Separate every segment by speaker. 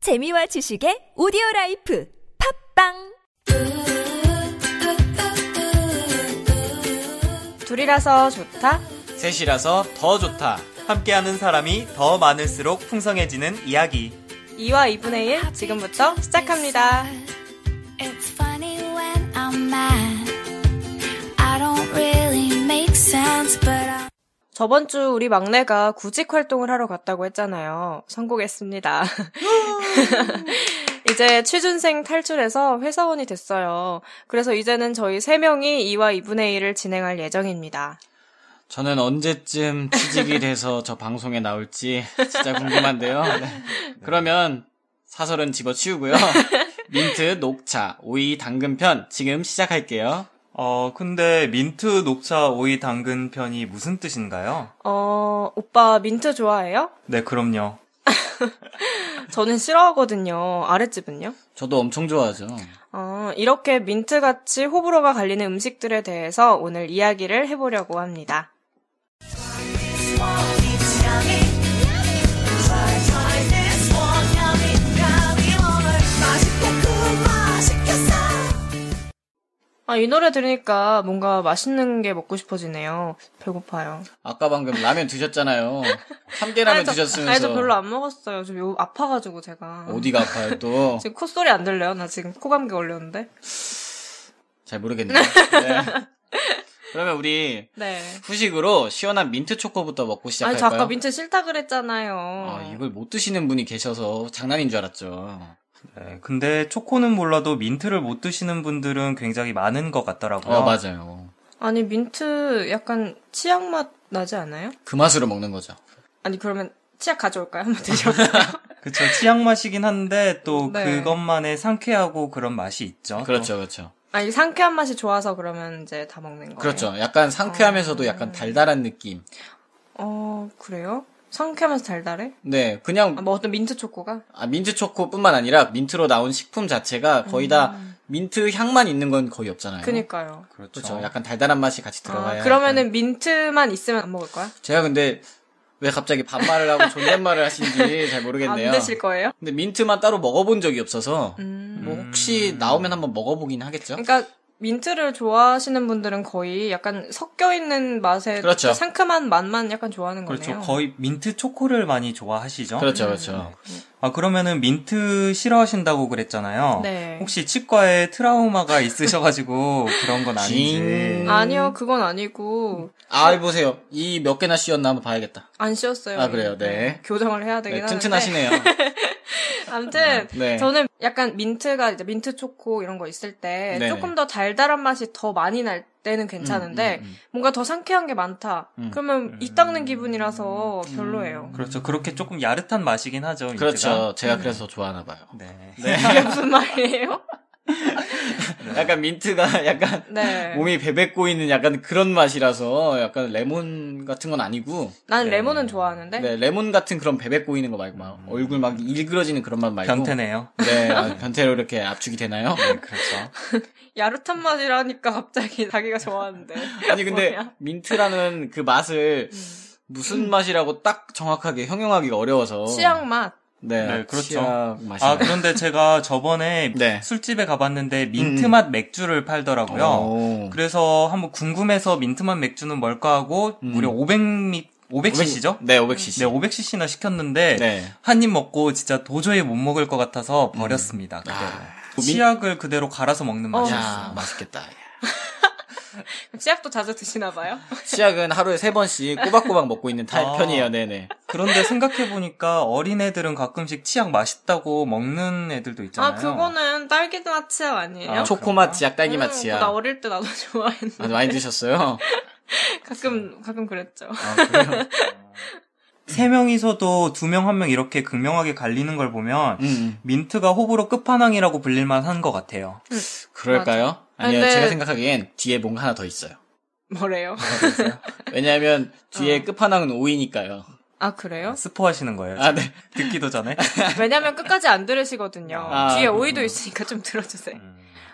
Speaker 1: 재미와 지식의 오디오 라이프 팝빵
Speaker 2: 둘이라서 좋다.
Speaker 3: 셋이라서 더 좋다. 함께하는 사람이 더 많을수록 풍성해지는 이야기.
Speaker 2: 2와 2분의 1 지금부터 시작합니다.
Speaker 4: It's funny when I'm mad. I don't really make sense, but I'm
Speaker 2: 저번 주 우리 막내가 구직 활동을 하러 갔다고 했잖아요. 성공했습니다. 이제 취준생 탈출해서 회사원이 됐어요. 그래서 이제는 저희 3명이 2와 2분의 1을 진행할 예정입니다.
Speaker 5: 저는 언제쯤 취직이 돼서 저 방송에 나올지 진짜 궁금한데요. 네. 그러면 사설은 집어치우고요. 민트, 녹차, 오이, 당근편 지금 시작할게요.
Speaker 3: 어, 근데 민트 녹차 오이 당근 편이 무슨 뜻인가요?
Speaker 2: 어, 오빠 민트 좋아해요?
Speaker 3: 네, 그럼요.
Speaker 2: 저는 싫어하거든요. 아랫집은요?
Speaker 5: 저도 엄청 좋아하죠.
Speaker 2: 어, 이렇게 민트같이 호불호가 갈리는 음식들에 대해서 오늘 이야기를 해보려고 합니다. 아, 이 노래 들으니까 뭔가 맛있는 게 먹고 싶어지네요. 배고파요.
Speaker 5: 아까 방금 라면 드셨잖아요. 참깨라면
Speaker 2: 아니, 저-
Speaker 5: 드셨으면서
Speaker 2: 아니, 저 별로 안 먹었어요. 좀 요- 아파가지고 제가.
Speaker 5: 어디가 아파요 또?
Speaker 2: 지금 콧소리 안 들려요? 나 지금 코감기 걸렸는데.
Speaker 5: 잘 모르겠네요. 네. 그러면 우리
Speaker 2: 네.
Speaker 5: 후식으로 시원한 민트 초코부터 먹고
Speaker 2: 아니,
Speaker 5: 시작할까요?
Speaker 2: 저 아까 민트 어. 싫다 그랬잖아요.
Speaker 5: 아, 이걸 못 드시는 분이 계셔서 장난인 줄 알았죠.
Speaker 3: 네, 근데 초코는 몰라도 민트를 못 드시는 분들은 굉장히 많은 것 같더라고요.
Speaker 5: 어, 맞아요.
Speaker 2: 아니, 민트 약간 치약 맛 나지 않아요?
Speaker 5: 그 맛으로 먹는 거죠.
Speaker 2: 아니, 그러면 치약 가져올까요? 한번 드셔보세요.
Speaker 3: 그쵸, 치약 맛이긴 한데 또
Speaker 2: 네.
Speaker 3: 그것만의 상쾌하고 그런 맛이 있죠.
Speaker 2: 아.
Speaker 3: 또.
Speaker 5: 그렇죠, 그렇죠.
Speaker 2: 아니, 상쾌한 맛이 좋아서 그러면 이제 다 먹는 거예요.
Speaker 5: 그렇죠. 약간 상쾌하면서도
Speaker 2: 아.
Speaker 5: 약간 달달한 느낌.
Speaker 2: 어, 그래요? 상쾌하면서 달달해?
Speaker 5: 네, 그냥
Speaker 2: 아, 뭐 어떤 민트 초코가?
Speaker 5: 아, 민트 초코뿐만 아니라 민트로 나온 식품 자체가 거의 다 민트 향만 있는 건 거의 없잖아요.
Speaker 2: 음. 그니까요.
Speaker 3: 그렇죠.
Speaker 5: 그렇죠. 약간 달달한 맛이 같이 들어가야.
Speaker 2: 아, 그러면은 민트만 있으면 안 먹을 거야?
Speaker 5: 제가 근데 왜 갑자기 반말을 하고 존댓말을 하신지 잘 모르겠네요.
Speaker 2: 안 드실 거예요?
Speaker 5: 근데 민트만 따로 먹어본 적이 없어서
Speaker 2: 음.
Speaker 5: 뭐 혹시 나오면 한번 먹어보긴 하겠죠.
Speaker 2: 그러니까 민트를 좋아하시는 분들은 거의 약간 섞여 있는 맛에
Speaker 5: 그렇죠.
Speaker 2: 상큼한 맛만 약간 좋아하는 거네요.
Speaker 3: 그렇죠. 거의 민트 초코를 많이
Speaker 2: 어?
Speaker 3: 좋아하시죠?
Speaker 5: 그렇죠, 그렇죠.
Speaker 2: 음.
Speaker 3: 아, 그러면은 민트 싫어하신다고 그랬잖아요.
Speaker 2: 네.
Speaker 3: 혹시 치과에 트라우마가 있으셔가지고 그런 건 아닌지.
Speaker 5: 징.
Speaker 2: 아니요, 그건 아니고
Speaker 5: 아, 보세요. 이 몇 개나 씌웠나 한번 봐야겠다.
Speaker 2: 안 씌웠어요.
Speaker 5: 아, 그래요? 네.
Speaker 2: 교정을 해야 되긴
Speaker 5: 네,
Speaker 2: 하는데.
Speaker 5: 튼튼하시네요.
Speaker 2: 아무튼
Speaker 5: 네.
Speaker 2: 저는 약간 민트가 이제 민트 초코 이런 거 있을 때
Speaker 5: 네네.
Speaker 2: 조금 더 달달한 맛이 더 많이 날 때는 괜찮은데
Speaker 5: 음, 음, 음.
Speaker 2: 뭔가 더 상쾌한 게 많다.
Speaker 5: 음.
Speaker 2: 그러면 이 닦는 기분이라서 별로예요.
Speaker 3: 그렇죠. 그렇게 조금 야릇한 맛이긴 하죠. 민트가.
Speaker 5: 그렇죠. 제가 그래서 좋아하나 봐요.
Speaker 3: 네.
Speaker 2: 그게 무슨 말이에요?
Speaker 5: 약간 민트가 약간
Speaker 2: 네.
Speaker 5: 몸이 베뱉고 있는 약간 그런 맛이라서 약간 레몬 같은 건 아니고
Speaker 2: 난 레몬은 좋아하는데.
Speaker 5: 네, 레몬 같은 그런 베뱉고 있는 거 말고 막 얼굴 막 일그러지는 그런 맛 말고
Speaker 3: 변태네요.
Speaker 5: 네, 아, 변태로 이렇게 압축이 되나요?
Speaker 3: 네, 그렇죠.
Speaker 2: 야릇한 맛이라니까 갑자기 자기가 좋아하는데.
Speaker 5: 아니 근데
Speaker 2: 뭐야?
Speaker 5: 민트라는 그 맛을 무슨 맛이라고 딱 정확하게 형용하기가 어려워서
Speaker 2: 취향 맛.
Speaker 5: 네,
Speaker 3: 네, 그렇죠.
Speaker 5: 취향 맛이
Speaker 3: 아, 그런데 제가 저번에
Speaker 5: 네. 음.
Speaker 3: 술집에 가봤는데 민트맛 맥주를 팔더라고요.
Speaker 5: 오.
Speaker 3: 그래서 한번 궁금해서 민트맛 맥주는 뭘까 하고 무려 500미, 500cc죠?
Speaker 5: 음. 네, 500cc.
Speaker 3: 네, 500cc나 시켰는데
Speaker 5: 네.
Speaker 3: 한 입 먹고 진짜 도저히 못 먹을 것 같아서 버렸습니다. 그대로. 치약을 그대로 갈아서 먹는 맛이었어요.
Speaker 5: 음. 아. 야, 맛있겠다.
Speaker 2: 치약도 자주 드시나 봐요.
Speaker 5: 치약은 하루에 세 번씩 꼬박꼬박 먹고 있는 타입
Speaker 3: 아.
Speaker 5: 편이에요. 네네.
Speaker 3: 그런데 생각해보니까 어린애들은 가끔씩 치약 맛있다고 먹는 애들도 있잖아요.
Speaker 2: 아 그거는 딸기맛 치약 아니에요?
Speaker 3: 아,
Speaker 5: 초코맛
Speaker 3: 그런가?
Speaker 5: 치약, 딸기맛
Speaker 2: 음,
Speaker 5: 치약.
Speaker 2: 나 어릴 때 나도 좋아했는데
Speaker 5: 아, 많이 드셨어요?
Speaker 2: 가끔 가끔 그랬죠.
Speaker 5: 아, 그래요?
Speaker 3: 어. 세 명이서도 두 명, 한 명 이렇게 극명하게 갈리는 걸 보면
Speaker 5: 음,
Speaker 3: 민트가 호불호 끝판왕이라고 불릴만 한 것 같아요.
Speaker 5: 그럴까요? 아니요,
Speaker 2: 근데-
Speaker 5: 제가 생각하기엔 뒤에 뭔가 하나 더 있어요.
Speaker 2: 뭐래요?
Speaker 5: 네. 왜냐하면 뒤에 끝판왕은 오이니까요.
Speaker 2: 아 어. 그래요?
Speaker 3: 스포하시는 거예요.
Speaker 2: 그렇죠.
Speaker 5: 아, 네.
Speaker 3: 듣기도 전에.
Speaker 2: 왜냐면 끝까지 안 들으시거든요.
Speaker 5: 아, 음.
Speaker 2: 뒤에 오이도 있으니까 좀 들어주세요.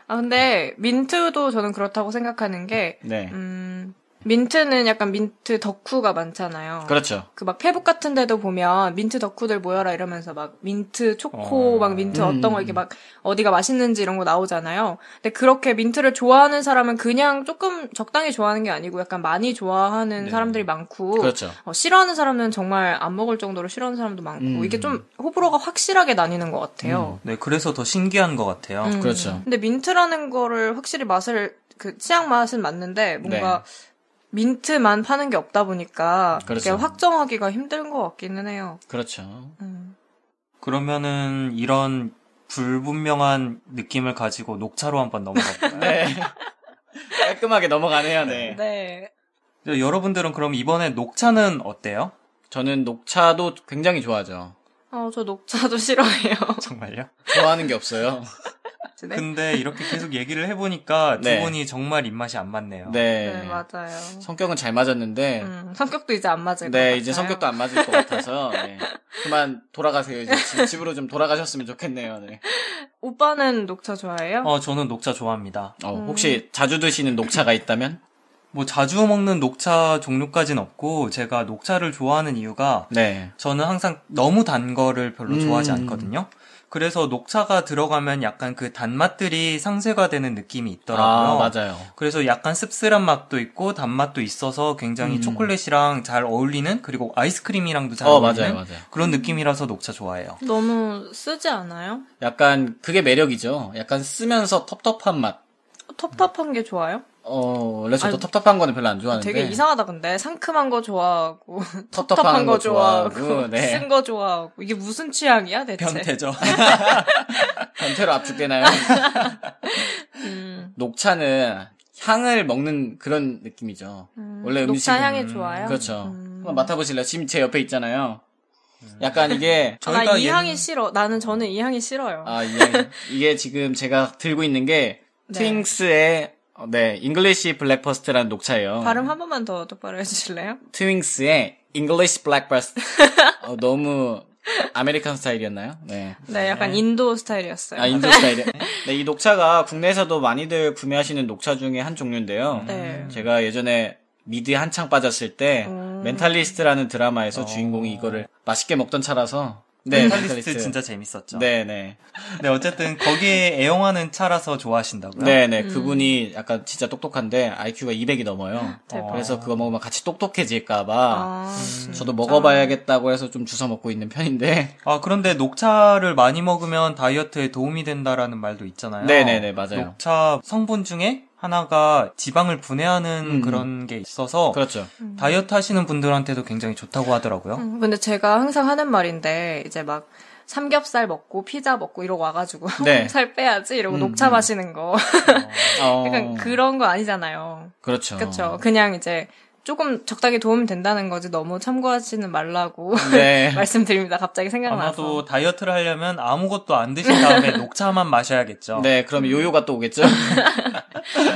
Speaker 2: 아 근데 민트도 저는 그렇다고 생각하는 게
Speaker 5: 네.
Speaker 2: 음, 민트는 약간 민트 덕후가 많잖아요.
Speaker 5: 그렇죠.
Speaker 2: 그 막 페북 같은 데도 보면 민트 덕후들 모여라 이러면서 막 민트 초코
Speaker 3: 어.
Speaker 2: 막 민트
Speaker 5: 음.
Speaker 2: 어떤 거 이렇게 막 어디가 맛있는지 이런 거 나오잖아요. 근데 그렇게 민트를 좋아하는 사람은 그냥 조금 적당히 좋아하는 게 아니고 약간 많이 좋아하는
Speaker 3: 네.
Speaker 2: 사람들이 많고
Speaker 5: 그렇죠.
Speaker 2: 어, 싫어하는 사람은 정말 안 먹을 정도로 싫어하는 사람도 많고
Speaker 5: 음.
Speaker 2: 이게 좀 호불호가 확실하게 나뉘는 것 같아요.
Speaker 3: 네, 그래서 더 신기한 것 같아요.
Speaker 2: 음.
Speaker 5: 그렇죠.
Speaker 2: 근데 민트라는 거를 확실히 맛을 그 취향 맛은 맞는데 뭔가 민트만 파는 게 없다 보니까 그
Speaker 5: 네. 그렇죠.
Speaker 2: 게 확정하기가 힘든 것 같기는 해요.
Speaker 5: 그렇죠.
Speaker 2: 음.
Speaker 3: 그러면은 이런 불분명한 느낌을 가지고 녹차로 한번 넘어가볼까요?
Speaker 5: 네. 깔끔하게 넘어가네요, 네.
Speaker 2: 네.
Speaker 3: 네, 여러분들은 그럼 이번에 녹차는 어때요?
Speaker 5: 저는 녹차도 굉장히 좋아하죠.
Speaker 2: 어, 저 녹차도 싫어해요.
Speaker 3: 정말요?
Speaker 5: 좋아하는 게 없어요.
Speaker 2: 네.
Speaker 3: 근데 이렇게 계속 얘기를 해보니까
Speaker 5: 네.
Speaker 3: 두 분이 정말 입맛이 안 맞네요.
Speaker 5: 네.
Speaker 2: 네, 맞아요.
Speaker 5: 성격은 잘 맞았는데,
Speaker 2: 음, 성격도 이제 안 맞을 것 같아요.
Speaker 5: 네, 이제 성격도 안 맞을 것 같아서, 네. 그만 돌아가세요. 이제 집- 집으로 좀 돌아가셨으면 좋겠네요, 네.
Speaker 2: 오빠는 녹차 좋아해요?
Speaker 3: 어, 저는 녹차 좋아합니다.
Speaker 5: 어,
Speaker 2: 음.
Speaker 5: 혹시 자주 드시는 녹차가 있다면?
Speaker 3: 뭐 자주 먹는 녹차 종류까진 없고 제가 녹차를 좋아하는 이유가
Speaker 5: 네.
Speaker 3: 저는 항상 너무 단 거를 별로 좋아하지
Speaker 5: 음.
Speaker 3: 않거든요. 그래서 녹차가 들어가면 약간 그 단맛들이 상쇄가 되는 느낌이 있더라고요.
Speaker 5: 아, 맞아요.
Speaker 3: 그래서 약간 씁쓸한 맛도 있고 단맛도 있어서 굉장히
Speaker 5: 음.
Speaker 3: 초콜릿이랑 잘 어울리는 그리고 아이스크림이랑도 잘
Speaker 5: 어,
Speaker 3: 어울리는
Speaker 5: 맞아요, 음. 맞아요.
Speaker 3: 그런 느낌이라서 녹차 좋아해요.
Speaker 2: 너무 쓰지 않아요?
Speaker 5: 약간, 그게 매력이죠. 약간 쓰면서 텁텁한 맛.
Speaker 2: 텁텁한 게 좋아요?
Speaker 5: 어, 원래 저도
Speaker 2: 아니,
Speaker 5: 텁텁한 거는 별로 안 좋아하는데.
Speaker 2: 되게 이상하다 근데 상큼한 거 좋아하고
Speaker 5: 텁텁한 거 좋아하고,
Speaker 2: 쓴
Speaker 5: 네.
Speaker 2: 거 좋아하고 이게 무슨 취향이야 대체?
Speaker 3: 변태죠.
Speaker 5: 변태로 압축되나요?
Speaker 2: 음,
Speaker 5: 녹차는 향을 먹는 그런 느낌이죠.
Speaker 2: 음,
Speaker 5: 원래 음식
Speaker 2: 녹차 향이 좋아요.
Speaker 5: 그렇죠.
Speaker 2: 음. 네.
Speaker 5: 한번 맡아보실래요? 지금 제 옆에 있잖아요. 약간 이게
Speaker 2: 아, 나 이
Speaker 3: 얘는-
Speaker 2: 향이 싫어. 나는 저는 이 향이 싫어요.
Speaker 5: 아, 이 향이- 이게 지금 제가 들고 있는 게
Speaker 2: 네.
Speaker 5: 트윙스의 어, 네, 잉글리시 블랙퍼스트라는 녹차예요.
Speaker 2: 발음 한 번만 더 똑바로 해주실래요?
Speaker 5: 트윙스의 잉글리시 블랙퍼스트. 어, 너무 아메리칸 스타일이었나요? 네.
Speaker 2: 네, 약간 인도 스타일이었어요.
Speaker 5: 아, 인도 스타일이. 네, 이 녹차가 국내에서도 많이들 구매하시는 녹차 중에 한 종류인데요.
Speaker 2: 네.
Speaker 5: 제가 예전에 미드에 한창 빠졌을 때
Speaker 2: 음.
Speaker 5: 멘탈리스트라는 드라마에서 주인공이 이거를 맛있게 먹던 차라서 네,
Speaker 3: 어. 멘탈리스트 진짜 재밌었죠. 네.
Speaker 5: 네, 네.
Speaker 3: 어쨌든 거기에 애용하는 차라서 좋아하신다고요?
Speaker 5: 네,
Speaker 2: 음.
Speaker 5: 네. 그분이 약간 진짜 똑똑한데 IQ가 200이 넘어요.
Speaker 2: 대박.
Speaker 5: 그래서 그거 먹으면 같이 똑똑해질까 봐
Speaker 2: 아,
Speaker 5: 저도 먹어 봐야겠다고 해서 좀 주워 먹고 있는 편인데.
Speaker 3: 아, 그런데 녹차를 많이 먹으면 다이어트에 도움이 된다라는 말도 있잖아요.
Speaker 5: 네네네, 맞아요.
Speaker 3: 녹차 성분 중에 하나가 지방을 분해하는
Speaker 5: 음.
Speaker 3: 그런 게 있어서
Speaker 5: 그렇죠.
Speaker 3: 다이어트 하시는 분들한테도 굉장히 좋다고 하더라고요.
Speaker 2: 음, 근데 제가 항상 하는 말인데 이제 막 삼겹살 먹고 피자 먹고 이러고 와가지고
Speaker 5: 네.
Speaker 2: 살 빼야지 이러고
Speaker 5: 음,
Speaker 2: 녹차
Speaker 5: 음.
Speaker 2: 마시는 거
Speaker 5: 어,
Speaker 2: 약간 그런 거 아니잖아요.
Speaker 5: 그렇죠.
Speaker 2: 그렇죠. 그냥 이제 조금 적당히 도움이 된다는 거지 너무 참고하지는 말라고
Speaker 5: 네.
Speaker 2: 말씀드립니다. 갑자기 생각나서.
Speaker 3: 아마도 다이어트를 하려면 아무것도 안 드신 다음에 녹차만 마셔야겠죠.
Speaker 5: 네, 그럼 요요가 또 오겠죠?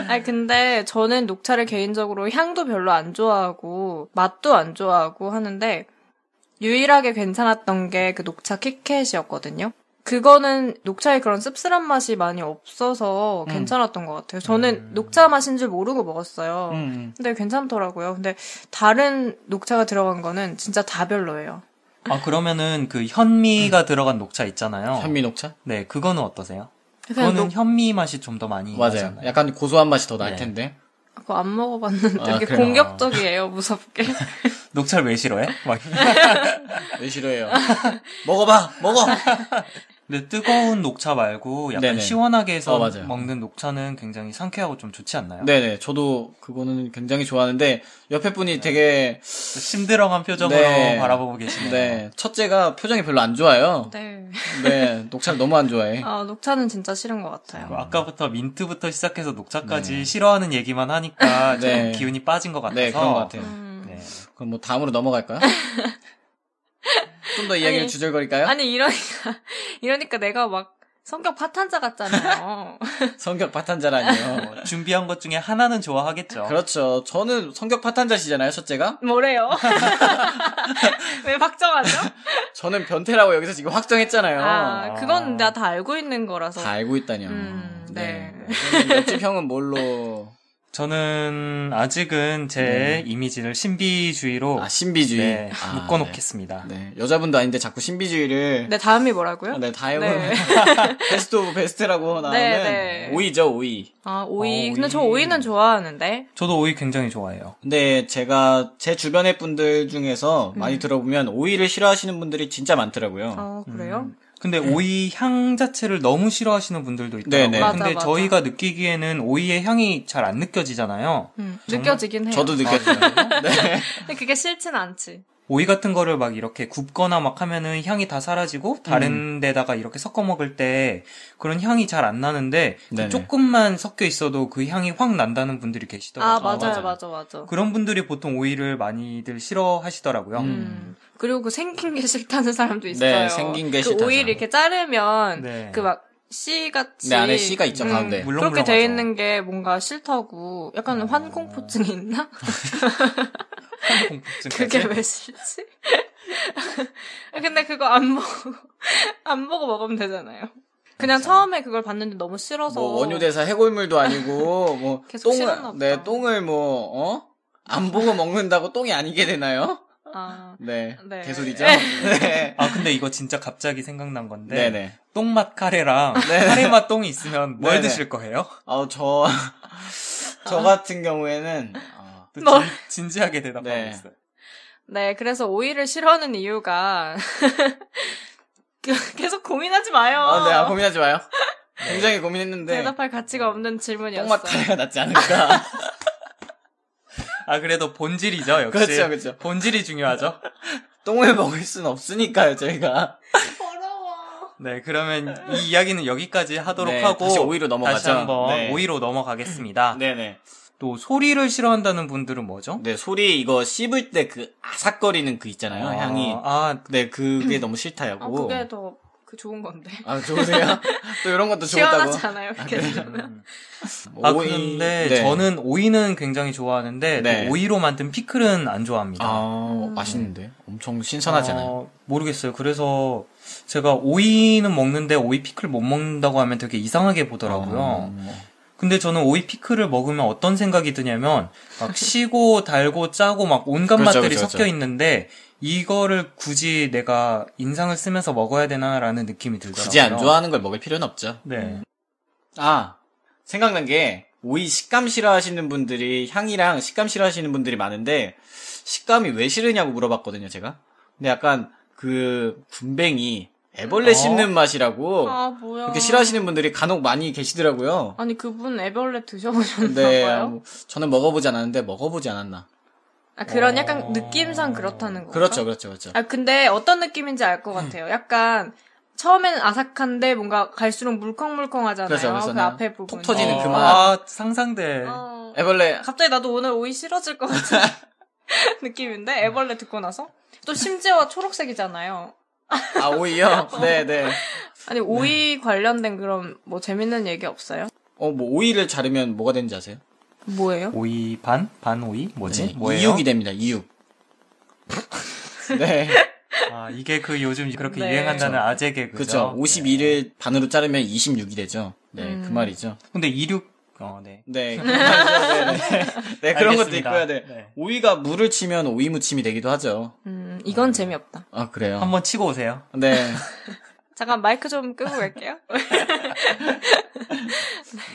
Speaker 2: 아니 근데 저는 녹차를 개인적으로 향도 별로 안 좋아하고 맛도 안 좋아하고 하는데 유일하게 괜찮았던 게 그 녹차 키캣이었거든요. 그거는 녹차의 그런 씁쓸한 맛이 많이 없어서
Speaker 5: 음.
Speaker 2: 괜찮았던 것 같아요. 저는 녹차 맛인 줄 모르고 먹었어요.
Speaker 5: 음.
Speaker 2: 근데 괜찮더라고요. 근데 다른 녹차가 들어간 거는 진짜 다 별로예요.
Speaker 3: 아 그러면은 그 현미가 들어간 녹차 있잖아요.
Speaker 5: 음. 현미 녹차?
Speaker 3: 네, 그거는 어떠세요?
Speaker 2: 그냥
Speaker 3: 그거는 현미 맛이 좀 더 많이
Speaker 5: 맞아요.
Speaker 3: 나잖아요.
Speaker 5: 약간 고소한 맛이 더
Speaker 3: 음.
Speaker 5: 날
Speaker 3: 네.
Speaker 5: 텐데.
Speaker 2: 그거 안 먹어봤는데
Speaker 5: 아,
Speaker 2: 되게
Speaker 5: 그래요?
Speaker 2: 공격적이에요. 무섭게.
Speaker 3: 녹차를 왜 싫어해? 막
Speaker 5: 왜 싫어해요? 먹어봐! 먹어!
Speaker 3: 근데 뜨거운 녹차 말고 약간
Speaker 5: 네네.
Speaker 3: 시원하게 해서
Speaker 5: 어, 맞아요.
Speaker 3: 먹는 녹차는 굉장히 상쾌하고 좀 좋지 않나요?
Speaker 5: 네네, 저도 그거는 굉장히 좋아하는데, 옆에 분이 되게,
Speaker 3: 심드렁한 표정으로
Speaker 5: 네.
Speaker 3: 바라보고 계시네요.
Speaker 5: 네, 첫째가 표정이 별로 안 좋아요.
Speaker 2: 네.
Speaker 5: 네, 녹차를 너무 안 좋아해.
Speaker 2: 아, 녹차는 진짜 싫은 것 같아요.
Speaker 3: 뭐 아까부터 민트부터 시작해서 녹차까지 싫어하는 얘기만 하니까
Speaker 5: 네.
Speaker 3: 좀 기운이 빠진 것 같아서
Speaker 5: 네, 그런 것 같아요.
Speaker 2: 음.
Speaker 3: 네.
Speaker 5: 그럼 뭐 다음으로 넘어갈까요? 좀 더 이야기를
Speaker 2: 아니,
Speaker 5: 주절거릴까요?
Speaker 2: 아니 이러니까 이러니까 내가 막 성격 파탄자 같잖아요.
Speaker 5: 성격 파탄자라니요.
Speaker 3: 뭐 준비한 것 중에 하나는 좋아하겠죠.
Speaker 5: 그렇죠. 저는 성격 파탄자시잖아요, 첫째가.
Speaker 2: 뭐래요? 왜 박정하죠?
Speaker 5: 저는 변태라고 여기서 지금 확정했잖아요.
Speaker 2: 아 그건 나 다 알고 있는 거라서.
Speaker 5: 다 알고 있다뇨.
Speaker 2: 음, 네.
Speaker 5: 그럼 옆집 형은 뭘로
Speaker 3: 저는 아직은 제 이미지를 신비주의로
Speaker 5: 네. 아, 신비주의.
Speaker 3: 네,
Speaker 5: 아,
Speaker 3: 묶어놓겠습니다.
Speaker 5: 네. 네. 여자분도 아닌데 자꾸 신비주의를.
Speaker 2: 네, 다음이 뭐라고요?
Speaker 5: 아, 네, 다이브.
Speaker 2: 네.
Speaker 5: 베스트 오브 베스트라고 나오는
Speaker 2: 네, 네.
Speaker 5: 오이죠, 오이.
Speaker 2: 아, 오이.
Speaker 3: 아,
Speaker 2: 근데
Speaker 3: 오이.
Speaker 2: 저 오이는 좋아하는데.
Speaker 3: 저도 오이 굉장히 좋아해요.
Speaker 5: 근데 제가 제 주변의 분들 중에서
Speaker 2: 음.
Speaker 5: 많이 들어보면 오이를 싫어하시는 분들이 진짜 많더라고요.
Speaker 2: 아, 그래요?
Speaker 3: 근데
Speaker 2: 네.
Speaker 3: 오이 향 자체를 너무 싫어하시는 분들도 있더라고요.
Speaker 5: 네네. 맞아,
Speaker 3: 근데
Speaker 2: 맞아.
Speaker 3: 저희가 느끼기에는 오이의 향이 잘 안 느껴지잖아요.
Speaker 2: 음, 느껴지긴 해요.
Speaker 5: 저도 느꼈어요. 네.
Speaker 2: 근데 그게 싫진 않지.
Speaker 3: 오이 같은 거를 막 이렇게 굽거나 막 하면은 향이 다
Speaker 5: 음.
Speaker 3: 사라지고 다른 데다가 이렇게 섞어 먹을 때 그런 향이 잘 안 나는데 그
Speaker 5: 네네.
Speaker 3: 조금만 섞여 있어도 그 향이 확 난다는 분들이 계시더라고요.
Speaker 2: 아, 맞아요,
Speaker 5: 맞아요.
Speaker 2: 맞아, 맞아.
Speaker 3: 그런 분들이 보통 오이를 많이들 싫어하시더라고요.
Speaker 2: 음. 그리고 그 생긴 게 싫다는 사람도 있어요.
Speaker 5: 네, 생긴 게
Speaker 2: 그
Speaker 5: 싫다는
Speaker 2: 오이를
Speaker 5: 사람.
Speaker 2: 이렇게 자르면
Speaker 3: 네.
Speaker 2: 그 막 씨같이 음,
Speaker 5: 네, 안에 씨가 있죠, 가운데.
Speaker 3: 물렁물렁하죠. 음.
Speaker 2: 그렇게 돼 있는 게 뭔가 싫다고 약간 환공포증이 있나?
Speaker 3: 공포증까지.
Speaker 2: 그게 왜 싫지? 근데 그거 안 보고 안 보고 먹으면 되잖아요. 그냥 처음에 그걸 봤는데 너무 싫어서
Speaker 5: 뭐 원효대사 해골물도 아니고 뭐
Speaker 2: 계속 싫었나
Speaker 5: 똥을
Speaker 2: 보다.
Speaker 5: 네 똥을 뭐어안 보고 먹는다고 똥이 아니게 되나요?
Speaker 2: 아,
Speaker 5: 네,
Speaker 2: 네.
Speaker 5: 개소리죠. 네.
Speaker 3: 아 근데 이거 진짜 갑자기 생각난 건데
Speaker 5: 네네.
Speaker 3: 똥맛 카레랑 카레맛 똥이 있으면 뭘
Speaker 5: 네. 네네.
Speaker 3: 드실 거예요?
Speaker 5: 아저저 저 같은 경우에는 어,
Speaker 3: 또
Speaker 2: 뭘.
Speaker 3: 진, 지하게 대답하고
Speaker 5: 네.
Speaker 3: 있어요.
Speaker 2: 네 그래서 오이를 싫어하는 이유가 그 계속 고민하지 마요.
Speaker 5: 아, 네, 아, 고민하지 마요. 굉장히 고민했는데
Speaker 2: 대답할 가치가 없는 질문이었어요.
Speaker 5: 똥맛 카레가 낫지 않을까.
Speaker 3: 아 그래도 본질이죠 역시.
Speaker 5: 그렇죠, 그렇죠.
Speaker 3: 본질이 중요하죠.
Speaker 5: 똥을 먹을 순 없으니까요, 저희가.
Speaker 3: 네 그러면 이 이야기는 여기까지 하도록
Speaker 5: 네,
Speaker 3: 하고
Speaker 5: 다시 오이로 넘어가죠.
Speaker 3: 다시 한번
Speaker 5: 네.
Speaker 3: 오이로 넘어가겠습니다.
Speaker 5: 네네.
Speaker 3: 또 소리를 싫어한다는 분들은 뭐죠?
Speaker 5: 네, 소리 이거 씹을 때 그 아삭거리는 그 있잖아요,
Speaker 3: 아,
Speaker 5: 향이.
Speaker 3: 아
Speaker 5: 네, 그게 너무 싫다고.
Speaker 2: 아 그게 더 그 좋은 건데
Speaker 5: 아, 좋으세요? 또 이런 것도 좋다고. 네.
Speaker 2: 시원하지 않아요? 이렇게 들으면.
Speaker 3: 아, 근데 저는 오이는 굉장히 좋아하는데
Speaker 5: 네.
Speaker 3: 또 오이로 만든 피클은 안 좋아합니다.
Speaker 5: 아,
Speaker 3: 음.
Speaker 5: 맛있는데. 엄청 신선하잖아요.
Speaker 3: 어, 모르겠어요. 그래서 제가 오이는 먹는데 오이 피클 못 먹는다고 하면 되게 이상하게 보더라고요.
Speaker 5: 어.
Speaker 3: 근데 저는 오이 피클을 먹으면 어떤 생각이 드냐면 막 시고 달고 짜고 막 온갖
Speaker 5: 그렇죠,
Speaker 3: 맛들이
Speaker 5: 그렇죠,
Speaker 3: 섞여
Speaker 5: 그렇죠.
Speaker 3: 있는데 이거를 굳이 내가 인상을 쓰면서 먹어야 되나라는 느낌이 들더라고요.
Speaker 5: 굳이 안 좋아하는 음. 걸 먹을 필요는 없죠.
Speaker 3: 네.
Speaker 5: 아, 생각난 게, 오이 식감 싫어하시는 분들이, 향이랑 식감 싫어하시는 분들이 많은데, 식감이 왜 싫으냐고 물어봤거든요, 제가. 근데 약간, 그, 군뱅이, 애벌레 씹는 맛이라고,
Speaker 2: 어? 아 뭐야?
Speaker 5: 그렇게 싫어하시는 분들이 간혹 많이 계시더라고요.
Speaker 2: 아니 그분 애벌레 드셔보셨나
Speaker 5: 근데,
Speaker 2: 봐요?
Speaker 5: 뭐 저는 먹어보지 않았는데, 먹어보지 않았나.
Speaker 2: 아, 그런 약간 느낌상 그렇다는 거죠.
Speaker 5: 어. 그렇죠, 음. 그렇죠, 그렇죠.
Speaker 2: 아 근데 어떤 느낌인지 알 것 같아요. 약간 처음에는 아삭한데 뭔가 갈수록 물컹물컹하잖아요.
Speaker 5: 그렇죠, 그래서
Speaker 2: 그
Speaker 5: 그냥
Speaker 2: 앞에 부분.
Speaker 5: 톡 터지는 그 맛.
Speaker 3: 아, 상상돼.
Speaker 2: 어.
Speaker 5: 애벌레
Speaker 2: 갑자기 나도 오늘 오이 싫어질 것 같은 느낌인데 애벌레 듣고 나서 또 심지어 초록색이잖아요.
Speaker 5: 아 오이요? 네네.
Speaker 2: 아니
Speaker 5: 네.
Speaker 2: 오이 관련된 그런 뭐 재밌는 얘기 없어요?
Speaker 5: 어뭐 오이를 자르면 뭐가 되는지 아세요?
Speaker 2: 뭐예요?
Speaker 3: 오이 반? 반 오이? 뭐지?
Speaker 5: 네,
Speaker 3: 뭐예요?
Speaker 5: 이육이 됩니다. 이육. 네,
Speaker 3: 아, 이게 그 요즘 그렇게
Speaker 2: 네.
Speaker 3: 유행한다는 아재 개그죠.
Speaker 5: 그렇죠. 52를 반으로 자르면 26이 되죠. 네, 그
Speaker 2: 음.
Speaker 5: 말이죠.
Speaker 3: 근데 26, 어, 네.
Speaker 5: 네, 그 말이죠. 네, 네. 네, 그런 것도
Speaker 3: 알겠습니다.
Speaker 5: 있고요. 네.
Speaker 3: 네.
Speaker 5: 오이가 물을 치면 오이 무침이 되기도 하죠.
Speaker 2: 음 이건 재미없다.
Speaker 5: 아 그래요.
Speaker 3: 한번 치고 오세요.
Speaker 5: 네,
Speaker 2: 잠깐 마이크 좀 끄고 갈게요.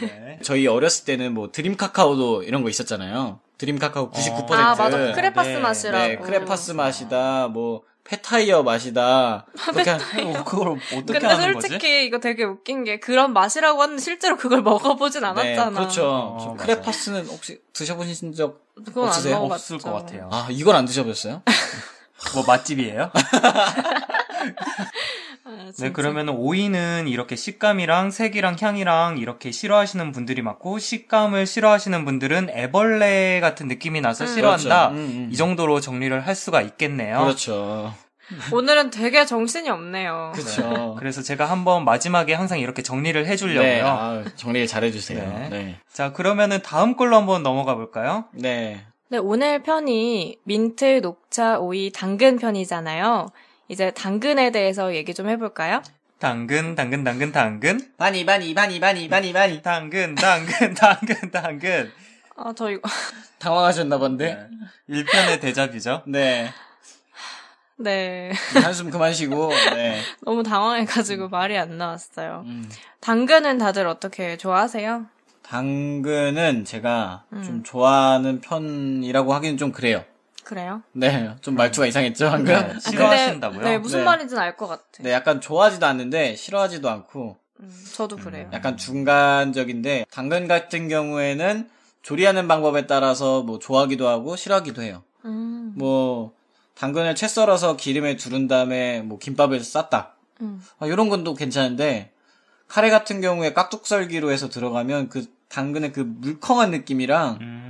Speaker 3: 네.
Speaker 5: 저희 어렸을 때는 뭐 드림 카카오도 이런 거 있었잖아요. 드림 카카오 99%.
Speaker 2: 아 맞아 그 크레파스
Speaker 3: 네,
Speaker 2: 맛이라고.
Speaker 5: 네, 크레파스 맛이다. 뭐 페타이어 맛이다. 그렇게
Speaker 3: 어, 그걸 어떻게
Speaker 2: 근데
Speaker 5: 그러니까
Speaker 3: 하는
Speaker 2: 솔직히
Speaker 3: 거지?
Speaker 2: 이거 되게 웃긴 게 그런 맛이라고 하는데 실제로 그걸 먹어보진 않았잖아.
Speaker 5: 네, 그렇죠.
Speaker 3: 어,
Speaker 5: 저
Speaker 3: 맞아요.
Speaker 5: 크레파스는 혹시 드셔보신 적?
Speaker 2: 그건 안
Speaker 5: 없으세요?
Speaker 2: 먹어봤죠.
Speaker 3: 없을 것 같아요.
Speaker 5: 아, 이걸 안 드셔보셨어요?
Speaker 3: 뭐 맛집이에요?
Speaker 2: 아, 진짜.
Speaker 3: 네, 그러면 오이는 이렇게 식감이랑 색이랑 향이랑 이렇게 싫어하시는 분들이 많고 식감을 싫어하시는 분들은 애벌레 같은 느낌이 나서 싫어한다.
Speaker 5: 그렇죠. 음, 음.
Speaker 3: 이 정도로 정리를 할 수가 있겠네요.
Speaker 5: 그렇죠.
Speaker 2: 오늘은 되게 정신이 없네요.
Speaker 5: 그렇죠.
Speaker 3: 그래서 제가 한번 마지막에 항상 이렇게 정리를 해주려고요.
Speaker 5: 네, 아, 정리를 잘해주세요.
Speaker 3: 네.
Speaker 5: 네.
Speaker 3: 자, 그러면은 다음 걸로 한번 넘어가 볼까요?
Speaker 5: 네.
Speaker 2: 네, 오늘 편이 민트, 녹차, 오이, 당근 편이잖아요. 이제 당근에 대해서 얘기 좀 해볼까요?
Speaker 3: 당근, 당근, 당근, 당근,
Speaker 5: 바니, 바니, 바니, 바니, 바니, 바니.
Speaker 3: 당근, 당근, 당근, 당근.
Speaker 2: 아, 저 이거.
Speaker 5: 당황하셨나 본데.
Speaker 3: 네. 1편의 대자비죠.
Speaker 5: 네. 음,
Speaker 2: 네.
Speaker 5: 한숨 그만 쉬고. 네.
Speaker 2: 너무 당황해가지고 말이 안 나왔어요.
Speaker 5: 음.
Speaker 2: 당근은 다들 어떻게 좋아하세요?
Speaker 5: 당근은 제가 좀 좋아하는 편이라고 하기는 좀 그래요.
Speaker 2: 그래요?
Speaker 5: 네, 좀 말투가 이상했죠, 방금?
Speaker 2: 아, 근데-
Speaker 3: 싫어하신다고요?
Speaker 2: 네, 무슨
Speaker 5: 네.
Speaker 2: 말인지는 알 것 같아.
Speaker 5: 네, 약간 좋아하지도 않는데 싫어하지도 않고
Speaker 2: 음, 저도 그래요.
Speaker 5: 약간 중간적인데 당근 같은 경우에는 조리하는 방법에 따라서 뭐 좋아하기도 하고 싫어하기도 해요.
Speaker 2: 음,
Speaker 5: 뭐 당근을 채 썰어서 기름에 두른 다음에 뭐 김밥을 쌌다.
Speaker 2: 음.
Speaker 5: 이런 건 또 괜찮은데 카레 같은 경우에 깍둑썰기로 해서 들어가면 그 당근의 그 물컹한 느낌이랑
Speaker 3: 음.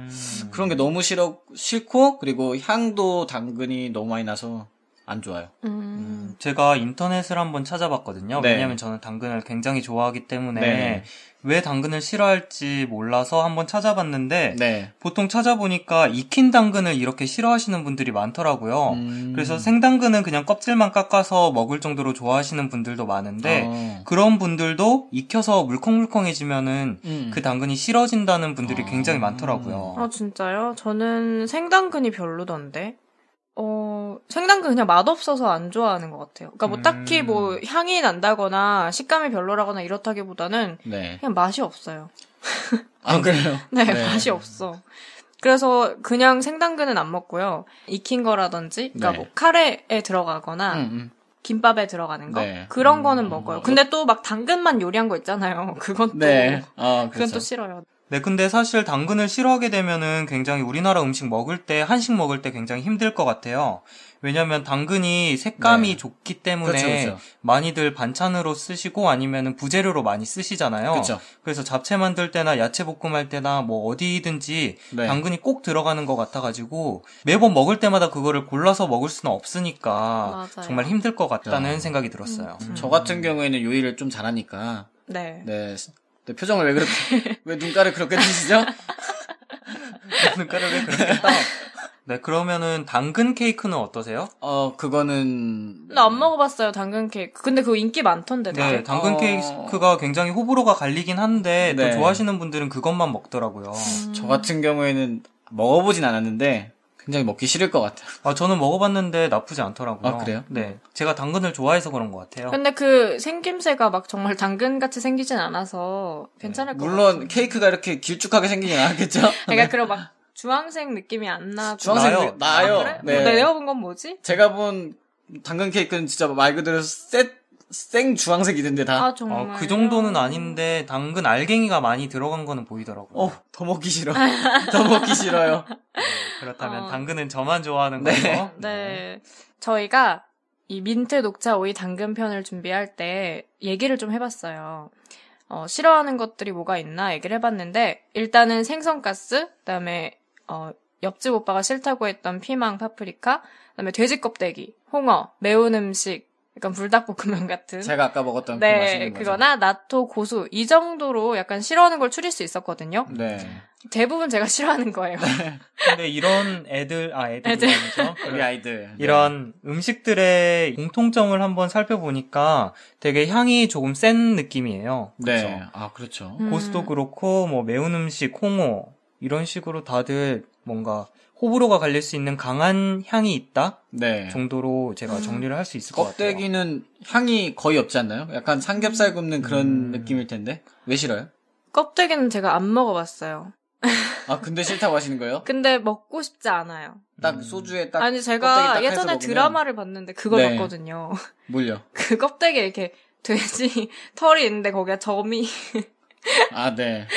Speaker 5: 그런 게 너무 싫어 싫고 그리고 향도 당근이 너무 많이 나서 안 좋아요.
Speaker 2: 음.
Speaker 3: 제가 인터넷을 한번 찾아봤거든요.
Speaker 5: 네.
Speaker 3: 왜냐면 저는 당근을 굉장히 좋아하기 때문에
Speaker 5: 네.
Speaker 3: 왜 당근을 싫어할지 몰라서 한번 찾아봤는데
Speaker 5: 네.
Speaker 3: 보통 찾아보니까 익힌 당근을 이렇게 싫어하시는 분들이 많더라고요.
Speaker 5: 음.
Speaker 3: 어, 그래서 생당근은 그냥 껍질만 깎아서 먹을 정도로 좋아하시는 분들도 많은데
Speaker 5: 어.
Speaker 3: 그런 분들도 익혀서 물컹물컹해지면은
Speaker 5: 음.
Speaker 3: 그 당근이 싫어진다는 분들이
Speaker 5: 아.
Speaker 3: 굉장히 많더라고요.
Speaker 2: 아, 진짜요? 저는 생당근이 별로던데. 어, 생당근 그냥 맛없어서 안 좋아하는 것 같아요. 그러니까 뭐
Speaker 3: 음.
Speaker 2: 딱히 뭐 향이 난다거나 식감이 별로라거나 이렇다기보다는
Speaker 5: 네.
Speaker 2: 그냥 맛이 없어요.
Speaker 5: 아 그래요.
Speaker 2: 네, 맛이 없어. 그래서 그냥 생당근은 안 먹고요. 익힌 거라든지, 그러니까
Speaker 5: 네.
Speaker 2: 뭐 카레에 들어가거나
Speaker 5: 음, 음.
Speaker 2: 김밥에 들어가는 거
Speaker 5: 네.
Speaker 2: 그런
Speaker 5: 음,
Speaker 2: 거는 먹어요. 근데 또 막 당근만 요리한 거 있잖아요. 그건 또
Speaker 5: 네. 아,
Speaker 2: 그건 또
Speaker 5: 그렇죠.
Speaker 2: 싫어요.
Speaker 3: 네, 근데 사실 당근을 싫어하게 되면은 굉장히 우리나라 음식 먹을 때, 한식 먹을 때 굉장히 힘들 것 같아요. 왜냐면 당근이 색감이
Speaker 5: 네.
Speaker 3: 좋기 때문에
Speaker 5: 그렇죠, 그렇죠.
Speaker 3: 많이들 반찬으로 쓰시고 아니면은 부재료로 많이 쓰시잖아요.
Speaker 5: 그렇죠.
Speaker 3: 그래서 잡채 만들 때나 야채 볶음할 때나 뭐 어디든지
Speaker 5: 네.
Speaker 3: 당근이 꼭 들어가는 것 같아가지고 매번 먹을 때마다 그거를 골라서 먹을 수는 없으니까
Speaker 2: 맞아요. 음,
Speaker 3: 정말 힘들 것 같다는
Speaker 5: 야.
Speaker 3: 생각이 들었어요.
Speaker 5: 저 같은 경우에는 요리를 좀 잘하니까
Speaker 2: 네.
Speaker 5: 네. 네, 표정을 왜 그렇게 왜 눈가를 그렇게 뜨시죠?
Speaker 3: 눈가를 왜 그렇게 떠? 네, 그러면은 당근 케이크는 어떠세요?
Speaker 5: 어 그거는
Speaker 2: 나 안 먹어봤어요 당근 케이크. 근데 그거 인기 많던데. 되게.
Speaker 3: 네, 당근
Speaker 5: 어.
Speaker 3: 케이크가 굉장히 호불호가 갈리긴 한데
Speaker 5: 네.
Speaker 3: 또 좋아하시는 분들은 그것만 먹더라고요.
Speaker 5: 저 같은 경우에는 먹어보진 않았는데 굉장히 먹기 싫을 것 같아요.
Speaker 3: 아, 저는 먹어봤는데 나쁘지 않더라고요.
Speaker 5: 아, 그래요?
Speaker 3: 네, 제가 당근을 좋아해서 그런 것 같아요.
Speaker 2: 근데 그 생김새가 막 정말 당근 같이 생기진 않아서 괜찮을 것 같아요.
Speaker 5: 네. 물론 케이크가 이렇게 길쭉하게 생기진 않았겠죠?
Speaker 2: 그러니까 그런 막 주황색 느낌이 안 나고. 아,
Speaker 5: 주황색
Speaker 3: 나요.
Speaker 5: 느- 나요.
Speaker 2: 그래?
Speaker 5: 네.
Speaker 2: 근데 내가 본 건 뭐지?
Speaker 5: 제가 본 당근 케이크는 진짜 말 그대로 쎄, 생 주황색이던데 다.
Speaker 2: 아 정말.
Speaker 3: 어, 그 정도는 아닌데 당근 알갱이가 많이 들어간 거는 보이더라고요. 네,
Speaker 5: 어, 더 먹기 싫어. 더 먹기 싫어요.
Speaker 3: 그렇다면
Speaker 2: 어.
Speaker 3: 당근은 저만 좋아하는
Speaker 5: 네.
Speaker 3: 거죠?
Speaker 2: 네. 저희가 이 민트 녹차 오이 당근 편을 준비할 때 얘기를 좀 해봤어요. 어, 싫어하는 것들이 뭐가 있나 얘기를 해봤는데 일단은 생선가스, 그다음에 어, 옆집 오빠가 싫다고 했던 피망 파프리카, 그다음에 돼지 껍데기, 홍어, 매운 음식, 약간 불닭볶음면 같은.
Speaker 5: 제가 아까 먹었던 그
Speaker 2: 네,
Speaker 5: 맛있는 거죠.
Speaker 2: 그거나 나토 고수 이 정도로 약간 싫어하는 걸 추릴 수 있었거든요.
Speaker 5: 네.
Speaker 2: 대부분 제가 싫어하는 거예요.
Speaker 3: 근데 이런 애들 아 애들이
Speaker 2: 애들.
Speaker 3: 아니죠. 네.
Speaker 5: 우리 아이들.
Speaker 3: 이런 음식들의 공통점을 한번 살펴보니까 되게 향이 조금 센 느낌이에요.
Speaker 5: 네.
Speaker 3: 그렇죠?
Speaker 5: 아, 그렇죠.
Speaker 2: 음.
Speaker 3: 고수도 그렇고 뭐 매운 음식, 홍어 이런 식으로 다들 뭔가 호불호가 갈릴 수 있는 강한 향이 있다
Speaker 5: 네.
Speaker 3: 정도로
Speaker 2: 음.
Speaker 3: 제가 정리를 할 수 있을 것 같아요.
Speaker 5: 껍데기는 향이 거의 없지 않나요? 약간 삼겹살 굽는 그런
Speaker 3: 음.
Speaker 5: 느낌일 텐데. 왜 싫어요?
Speaker 2: 껍데기는 제가 안 먹어봤어요.
Speaker 5: 아, 근데 싫다고 하시는 거예요?
Speaker 2: 근데 먹고 싶지 않아요.
Speaker 3: 음.
Speaker 5: 딱 소주에 딱
Speaker 2: 아니
Speaker 5: 껍데기
Speaker 2: 제가
Speaker 5: 딱 해서
Speaker 2: 예전에
Speaker 5: 먹으면
Speaker 2: 드라마를 봤는데 그걸
Speaker 5: 네.
Speaker 2: 봤거든요.
Speaker 5: 물려.
Speaker 2: 그 껍데기에 이렇게 돼지 털이 있는데 거기에 점이
Speaker 5: 아, 네.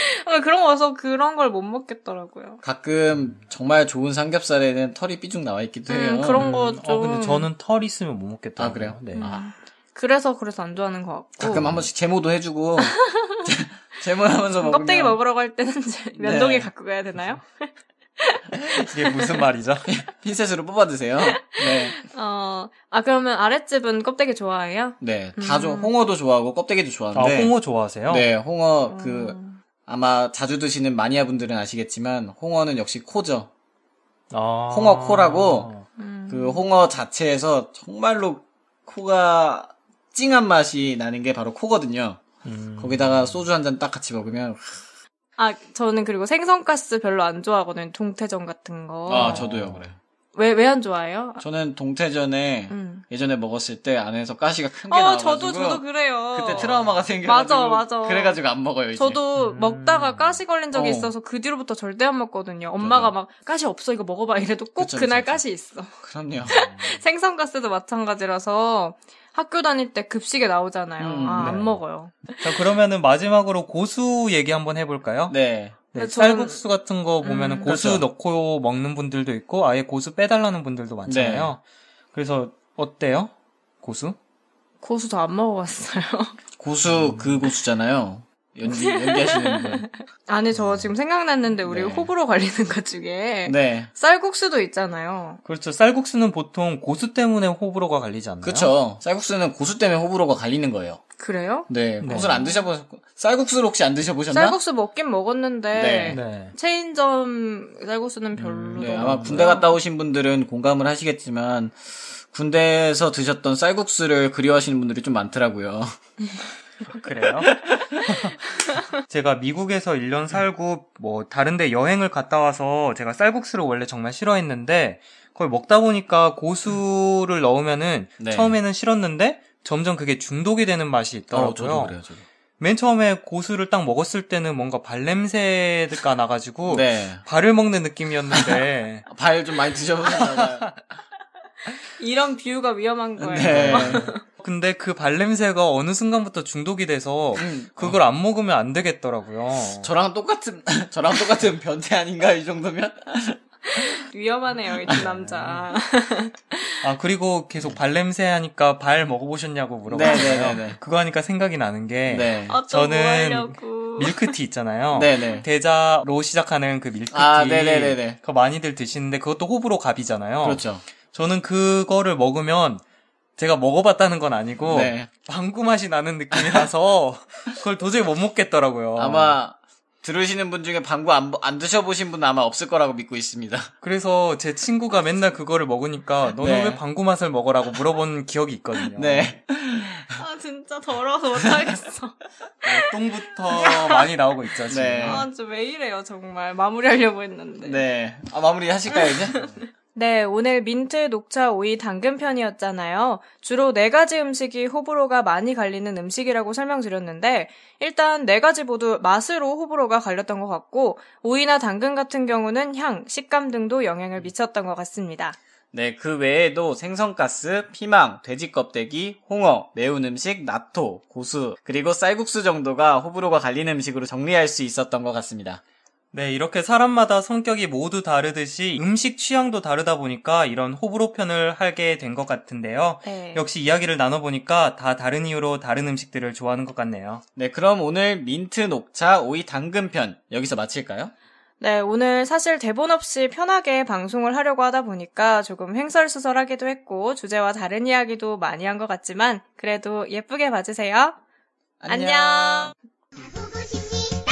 Speaker 2: 그런 거 와서 그런 걸 못 먹겠더라고요.
Speaker 5: 가끔 정말 좋은 삼겹살에는 털이 삐죽 나와 있기도 해요.
Speaker 2: 음, 그런 거
Speaker 3: 어,
Speaker 2: 좀.
Speaker 3: 근데 저는 털 있으면 못 먹겠다.
Speaker 5: 아, 그래요?
Speaker 3: 네.
Speaker 2: 음.
Speaker 5: 아,
Speaker 2: 그래서 그래서 안 좋아하는 것 같고.
Speaker 5: 가끔 한 번씩 제모도 해주고 제모하면서 먹으면
Speaker 2: 음, 껍데기 먹으러 갈 때는 이제 면도기
Speaker 5: 네.
Speaker 2: 갖고 가야 되나요?
Speaker 3: 이게 무슨 말이죠?
Speaker 5: 네. 핀셋으로 뽑아 드세요. 네,
Speaker 2: 어, 아 그러면 아랫집은 껍데기 좋아해요?
Speaker 5: 네, 다
Speaker 2: 음.
Speaker 5: 좋아. 홍어도 좋아하고 껍데기도
Speaker 3: 아,
Speaker 5: 좋아하는데.
Speaker 3: 홍어 좋아하세요?
Speaker 5: 네, 홍어 그
Speaker 2: 음.
Speaker 5: 아마 자주 드시는 마니아 분들은 아시겠지만 홍어는 역시 코죠.
Speaker 3: 아.
Speaker 5: 홍어 코라고
Speaker 2: 음.
Speaker 5: 그 홍어 자체에서 정말로 코가 찡한 맛이 나는 게 바로 코거든요.
Speaker 3: 음.
Speaker 5: 거기다가 소주 한 잔 딱 같이 먹으면
Speaker 2: 아, 저는 그리고 생선가스 별로 안 좋아하거든요. 동태전 같은 거.
Speaker 5: 아, 저도요, 네. 그래.
Speaker 2: 왜, 왜 안 좋아해요? 아,
Speaker 5: 저는 동태전에
Speaker 2: 음.
Speaker 5: 예전에 먹었을 때 안에서 가시가 큰 게
Speaker 2: 어,
Speaker 5: 나와가지고
Speaker 2: 저도, 저도 그래요.
Speaker 5: 그때 트라우마가
Speaker 2: 맞아,
Speaker 5: 생겨가지고
Speaker 2: 맞아.
Speaker 5: 그래가지고 안 먹어요 이제.
Speaker 2: 저도
Speaker 3: 음.
Speaker 2: 먹다가 가시 걸린 적이
Speaker 5: 어.
Speaker 2: 있어서 그 뒤로부터 절대 안 먹거든요. 엄마가
Speaker 5: 저도요.
Speaker 2: 막 가시 없어 이거 먹어봐 이래도 꼭
Speaker 5: 그쵸,
Speaker 2: 그날
Speaker 5: 그쵸,
Speaker 2: 가시 있어.
Speaker 5: 그럼요.
Speaker 2: 생선가스도 마찬가지라서 학교 다닐 때 급식에 나오잖아요.
Speaker 5: 음,
Speaker 2: 아,
Speaker 3: 네.
Speaker 2: 안 먹어요.
Speaker 3: 자, 그러면은 마지막으로 고수 얘기 한번 해볼까요?
Speaker 5: 네.
Speaker 3: 네,
Speaker 2: 근데 아, 저는-
Speaker 3: 쌀국수 같은 거 보면은
Speaker 2: 음.
Speaker 3: 고수
Speaker 5: 그렇죠.
Speaker 3: 넣고 먹는 분들도 있고 아예 고수 빼달라는 분들도 많잖아요.
Speaker 5: 네.
Speaker 3: 그래서 어때요? 고수?
Speaker 2: 고수 더 안 먹어봤어요.
Speaker 5: 고수 그 고수잖아요. 연기 연기하시는 분.
Speaker 2: 아니 저 지금 생각났는데 우리
Speaker 5: 네.
Speaker 2: 호불호 갈리는 것 중에
Speaker 5: 네.
Speaker 2: 쌀국수도 있잖아요.
Speaker 3: 그렇죠. 쌀국수는 보통 고수 때문에 호불호가 갈리지 않나요?
Speaker 5: 그쵸. 쌀국수는 고수 때문에 호불호가 갈리는 거예요.
Speaker 2: 그래요?
Speaker 5: 네.
Speaker 3: 네.
Speaker 5: 고수를 안 드셔보셨, 쌀국수를 혹시 안 드셔보셨나?
Speaker 2: 쌀국수 먹긴 먹었는데
Speaker 5: 네.
Speaker 3: 네.
Speaker 2: 체인점 쌀국수는 별로.
Speaker 5: 네, 아마 군대 갔다 오신 분들은 공감을 하시겠지만, 군대에서 드셨던 쌀국수를 그리워하시는 분들이 좀 많더라고요. 아,
Speaker 3: 그래요? 제가 미국에서 1년 살고 뭐 다른데 여행을 갔다 와서 제가 쌀국수를 원래 정말 싫어했는데 거의 먹다 보니까 고수를 넣으면은
Speaker 5: 네.
Speaker 3: 처음에는 싫었는데 점점 그게 중독이 되는 맛이
Speaker 5: 어,
Speaker 3: 있더라고요.
Speaker 5: 저도 그래요, 저도.
Speaker 3: 맨 처음에 고수를 딱 먹었을 때는 뭔가 발냄새가 나가지고
Speaker 5: 네.
Speaker 3: 발을 먹는 느낌이었는데
Speaker 5: 어, 발 좀 많이 드셔보셨나봐요.
Speaker 2: 이런 비유가 위험한 거예요.
Speaker 5: 네.
Speaker 3: 근데 그 발냄새가 어느 순간부터 중독이 돼서
Speaker 5: 음,
Speaker 3: 그걸 안 먹으면 안 되겠더라고요.
Speaker 5: 저랑 똑같은, 저랑 똑같은 변태 아닌가, 이 정도면?
Speaker 2: 위험하네요, 이 남자.
Speaker 3: 아 그리고 계속 발냄새 하니까 발 먹어보셨냐고 물어봤어요.
Speaker 5: 네네네네.
Speaker 3: 그거 하니까 생각이 나는 게
Speaker 5: 네.
Speaker 2: 아, 또
Speaker 3: 저는
Speaker 2: 뭐하려고.
Speaker 3: 밀크티 있잖아요.
Speaker 5: 네네.
Speaker 3: 대자로 시작하는 그 밀크티
Speaker 5: 아, 네네네네.
Speaker 3: 그거 많이들 드시는데 그것도 호불호 갑이잖아요.
Speaker 5: 그렇죠.
Speaker 3: 저는 그거를 먹으면 제가 먹어봤다는 건 아니고
Speaker 5: 네.
Speaker 3: 방구 맛이 나는 느낌이라서 그걸 도저히 못 먹겠더라고요.
Speaker 5: 어. 아마, 들으시는 분 중에 방구 안, 안 드셔보신 분은 아마 없을 거라고 믿고 있습니다.
Speaker 3: 그래서 제 친구가 맨날 그거를 먹으니까 너는
Speaker 5: 네.
Speaker 3: 왜 방구 맛을 먹어라고 물어본 기억이 있거든요.
Speaker 5: 네.
Speaker 2: 아, 진짜 더러워서 못하겠어.
Speaker 3: 똥부터 많이 나오고 있죠 지금.
Speaker 5: 네.
Speaker 2: 아, 진짜 왜 이래요, 정말. 마무리하려고 했는데.
Speaker 5: 네. 아, 마무리 하실까요, 이제?
Speaker 2: 네, 오늘 민트, 녹차, 오이, 당근 편이었잖아요. 주로 네 가지 음식이 호불호가 많이 갈리는 음식이라고 설명드렸는데, 일단 네 가지 모두 맛으로 호불호가 갈렸던 것 같고, 오이나 당근 같은 경우는 향, 식감 등도 영향을 미쳤던 것 같습니다.
Speaker 5: 네, 그 외에도 생선가스, 피망, 돼지 껍데기, 홍어, 매운 음식, 나토, 고수, 그리고 쌀국수 정도가 호불호가 갈리는 음식으로 정리할 수 있었던 것 같습니다.
Speaker 3: 네, 이렇게 사람마다 성격이 모두 다르듯이 음식 취향도 다르다 보니까 이런 호불호 편을 하게 된 것 같은데요.
Speaker 2: 네.
Speaker 3: 역시 이야기를 나눠보니까 다 다른 이유로 다른 음식들을 좋아하는 것 같네요.
Speaker 5: 네, 그럼 오늘 민트 녹차 오이 당근편 여기서 마칠까요?
Speaker 2: 네, 오늘 사실 대본 없이 편하게 방송을 하려고 하다 보니까 조금 횡설수설하기도 했고, 주제와 다른 이야기도 많이 한 것 같지만, 그래도 예쁘게 봐주세요. 안녕.
Speaker 6: 보고 싶니?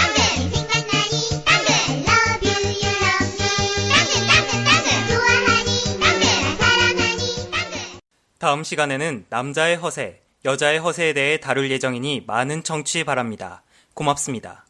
Speaker 6: 당근 생각나니? 당근 love you you love me 당근 당근 당근 좋아하니? 당근 사랑하니? 당근
Speaker 3: 다음 시간에는 남자의 허세, 여자의 허세에 대해 다룰 예정이니 많은 청취 바랍니다. 고맙습니다.